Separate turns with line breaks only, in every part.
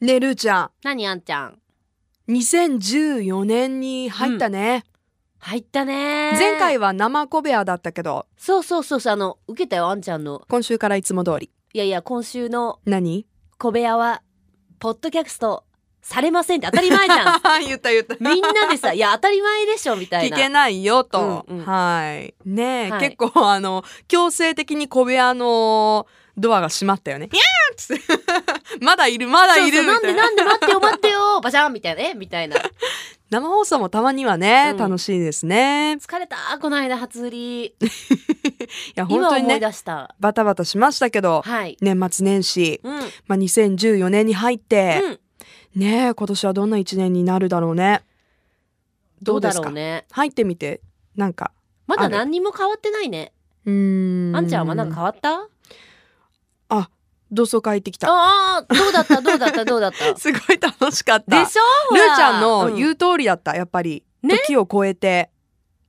ねえるーちゃ
何あんちゃん
ん2014年に入ったね、
入ったねー
前回は生小部屋だったけど
そうそうそうそうあの受けたよあんちゃんの
今週からいつも通り
いやいや今週の
何
小部屋はポッドキャストされませんって当たり前 じゃん
言った言った
みんなでさいや当たり前でしょみたい
聞
な
けないよと、
うんうん
はいねえ、
はい
結構あの強制的に小部屋のドアが閉まったよねいやーっつって まだいるまだいる
そう
み
そうなん
た
で
いな
なんで待ってよ待ってよバシャンみたいなえみたいな
生放送もたまにはね、
うん
楽しいですねい
疲れたこの間初売り
や本
今
当に
思い
ね
出した
バタバタしましたけど、
はい
年末年始、
うん、うん、
まあ、2014年に入って、ねえ今年はどんな1年になるだろうね
ど
ど
う
う
だ
ですか
ろうね
入ってみてなんか
まだ
ある
何にも変わってないね
うーん
あんちゃんはなんか変わった
同窓会行ってき た
ああどうだったどうだったどう だったです
ごい楽しかった
しょほ
ル
ら
ーちゃんの
う
言う通りだったやっぱり、
ね
時を超えて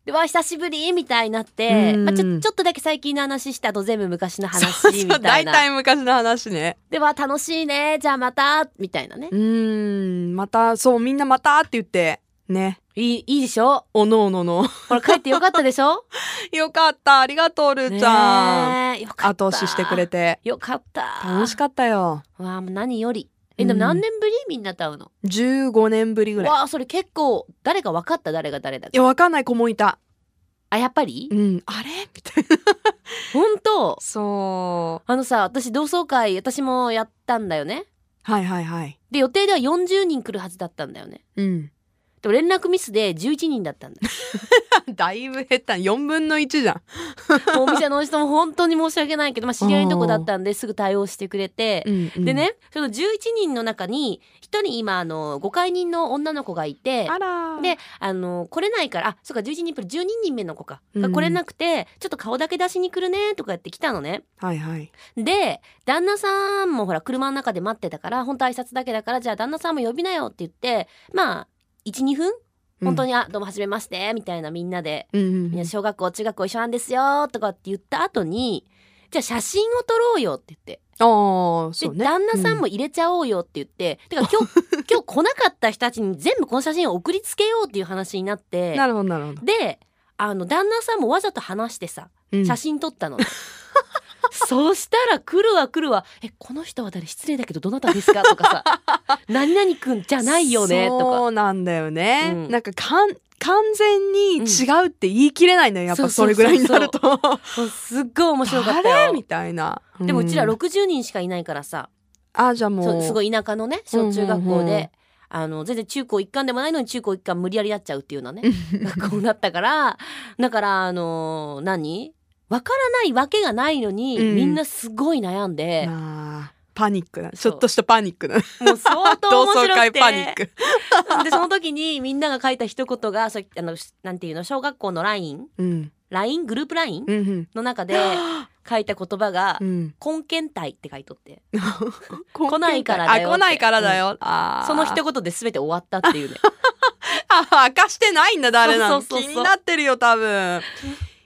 でわ久しぶりみたいになって、
うん
まあ、ちょちょっとだけ最近の話したと全部昔の
そう
話
そう
みたいな。
大体昔の話ね
では楽しいねじゃあまたみたいなね
う。ーんまたそうみんなまたって言ってね
いいいいでしょ
おのおのの
ほら帰ってよかったでしょ
よかったありがとうルーちゃん、
ねえよかった
後押ししてくれて
よかった。
楽しかったよ
た。わあもう何より。えで
うん
も何年ぶりみんなと会うの。
15年ぶりぐらい
わあそれ結構誰が分かった誰が誰だ
いやわかんない子もいた
あやっぱり
うんあれみたいな
本当
そう
あのさ私同窓会私もやったんだよね。
はいはいはい
で予定では40人来るはずだったんだよね。
うん
でも連絡ミスで11人だったんだ
だいぶ減った4分の1じゃん
お店の人も本当に申し訳ないけど、まあ、知り合いのとこだったんですぐ対応してくれて、でねその11人の中に1人今あの誤解人の女の子がいて
あら
であの来れないからあそうか11人プラス12人目の子か
う
が
ん
来れなくて、ちょっと顔だけ出しに来るねとかやって来たのね
はいはい
で旦那さんもほら車の中で待ってたから本当挨拶だけだからじゃあ旦那さんも呼びなよって言ってまあ12分本当
に、
に、あどうもはじめましてみたいなみんなで
うん
みん
うん
な小学校中学校一緒なんですよとかって言った後にじゃあ写真を撮ろうよって言って
ああそう
で、
ね
旦那さんも入れちゃおうよって言って、てか今日 今日来なかった人たちに全部この写真を送りつけようっていう話になって
なるほどなるほど、
であの旦那さんもわざと話してさ
うん
写真撮ったの。 そしたら来るわ来るわ「えこの人は誰失礼だけどどなたですか?」とか さ「何々くんじゃないよね」とか
そうなんだよね、
うん
なんかかん完全に違うって言い切れないのよやっ
う
ぱ
んそ
そう
そ
れ
うそ
ぐ
うそう
らいになると
もうすっごい面白かった
誰
よ
み。たいな、
でもうちら
ん
60人しかいないからさ、
あじゃあ
そ
も
う
う
すごい田舎のね小中学
う
校で、
んうんうん
あの全然中高一貫でもないのに中高一貫無理やりやっちゃうっていうのはねこうなったからだからあのー何わからないわけがないのに、
うん
みんなすごい悩んで、
まあパニックなち
そう
ょっとしたパニックな
もう相 当
同
面
窓
白く
会
て
パニック、
でその時にみんなが書いた一言がさっきあのしなんていうの小学校の LINE
うん、
ライングループ LINE
うん うん
の中で書いた言葉が
う
「
ん
根検体」って書いとって
来
ないからだよ
あ来ないからだよ、あー
その一言で全て終わったっていうね
あ 明かしてないんだ誰なの
そうそうそうそう
気になってるよ多分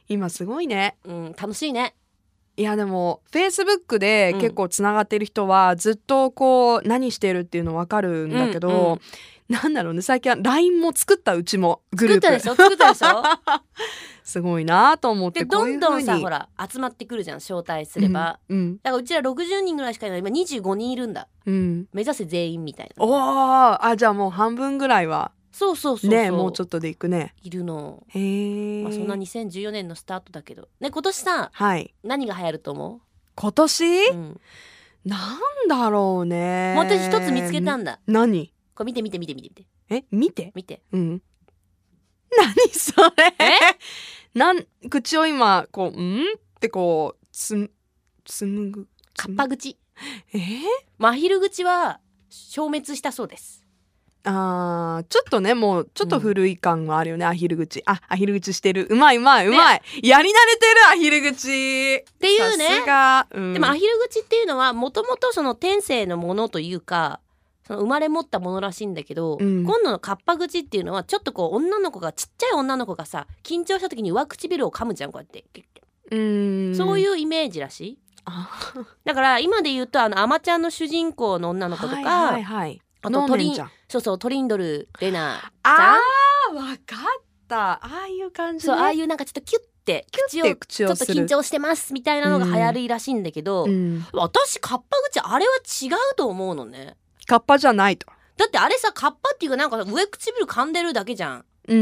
今すごいね
うん楽しいね
いやでもフェイスブックで
うん
結構つながってる人はずっとこう何してるっていうの分かるんだけど、
うんうん
なんだろうね最近は LINE も作ったうちもグル
作
ー
ったでし
プ
ょ作ったでしょ
すごいなと思っ
で
てこ
ど
うい
ん
う
ど
風に
んさほら集まってくるじゃん招待すれば、
うんうん、
だからうちら60人ぐらいしかいない今25人いるんだ
うん
目指せ全員みたいな
おーあじゃあもう半分ぐらいは
そうそうそうそう
ねもうちょ
っ
っとでいくね
といるの、
へえ、
まあ、そんな2014年のスタートだけどね今年さ
はい
何が流行ると思
今年、
う、うん、
なんだろうね
もう私一つ見つけたんだ
何
これ見て見て見て見て見て
え見て
見て
うん。何それなん口を今こう「ん?」ってこうつ紡ぐ
カッパ口
え
マヒル口は消滅したそうです
あーちょっとねもうちょっと古い感があるよね、アヒル口あアヒル口してるうまいうまいうまい、やり慣れてるアヒル口
っていう
さす
ね
が、うん
でもアヒル口っていうのはもともとその天性のものというかその生まれ持ったものらしいんだけど、
うん
今度のカッパ口っていうのはちょっとこう女の子がちっちゃい女の子がさ緊張した時に上唇を噛むじゃんこうやって、
うん
そういうイメージらしい
あ
だから今で言うとあのアマちゃんの主人公の女の子とか、
はいはいはい、
あ
ノ
と
ー
ト
ネ
リ
ン
ン
ちゃん
そうそうトリンドルレナちゃ
あー
ん
わかったああいう感じ、ね、
そうああいうなんかちょっとキュッて口を
って口
ちょ
を
っと
す
緊
る
張してますみたいなのが流行るらしいんだけど、
うん、
私カッパ口あれは違うと思うのね
カッパじゃないと
だってあれさカッパっていうかなんか上唇噛んでるだけじゃん
うんう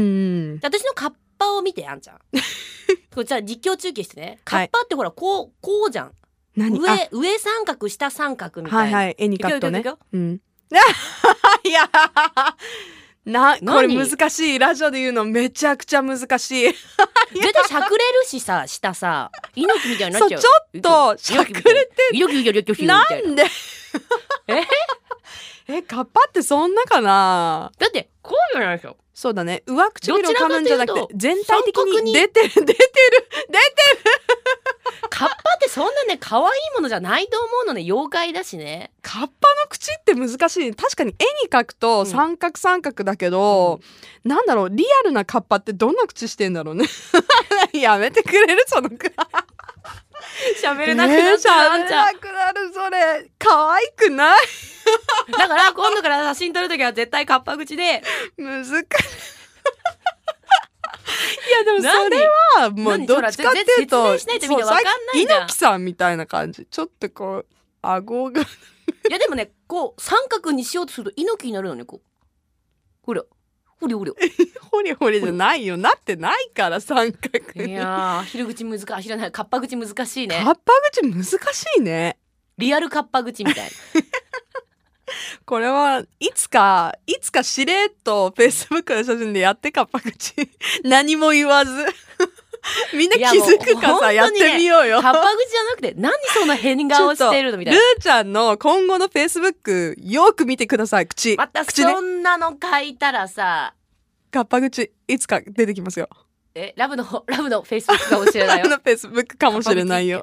ん
で私のカッパを見てあんちゃんこれじゃあ実況中継してねカ
はい
ッパってほらこうこうじゃん
何
上
あ
上三角下三角みた
はいい
な、
はい絵に
いく
描
よ
く
いく
と
よい
ね
くよ
うん。 いやなこれ
何
難しいラジオで言うのめちゃくちゃ難し い
絶対しゃくれるしさ下さ猪木みたいになっちゃう
そうちょっとしゃくれ
て猪木みたいに猪木みたい
な
に猪木みたいなん
で
え
えカッパってそんなかな
だってこうじゃないでしょ
そうだね上唇を
どちら
噛
か
むん
というと
じゃなくて全体的
三角
に
に
出てる出てる
カッパってそんなね可愛いものじゃないと思うのね妖怪だしね
カッパの口って難しい確かに絵に描く
う
と
ん
三角三角だけど、なんだろうリアルなカッパってどんな口してんだろうね やめてくれるそのくらい
喋
え
れなくなっちゃう、あんちゃ
喋
ん
れなくなるそれ可愛くない
だから今度から写真撮るときは絶対カッパ口で
難しいいやでもそれはもう
何
どっちかっていう
ほ
と
らぜ説明しないとみんなわかんないじゃ
そう
ん
さっき猪木さんみたいな感じちょっとこう顎が
いやでもねこう三角にしようとすると猪木になるのねこうほらほりほり
ホリホリじゃないよなってないから三角
い
に、
やー昼口難しい知らないカッパ口難しいね
カッパ口難しいね
リアルカッパ口みたい
これはいつかいつかしれっとフェイスブックの写真でやってカッパ口何も言わず みんな気づくかさ
い
や
や
っ
もう本当にね
てみようよ
なカッパ口じゃなくて何その変顔してるのみ
ル
たいな
ーちゃんの今後のフェイスブックよく見てください口
また
口ね
そんなの書いたらさ
カッパ口いつか出てきますよ
えラブのラブのフェイスブックかもしれない
あ
よ
のフェイスブックかもしれないよ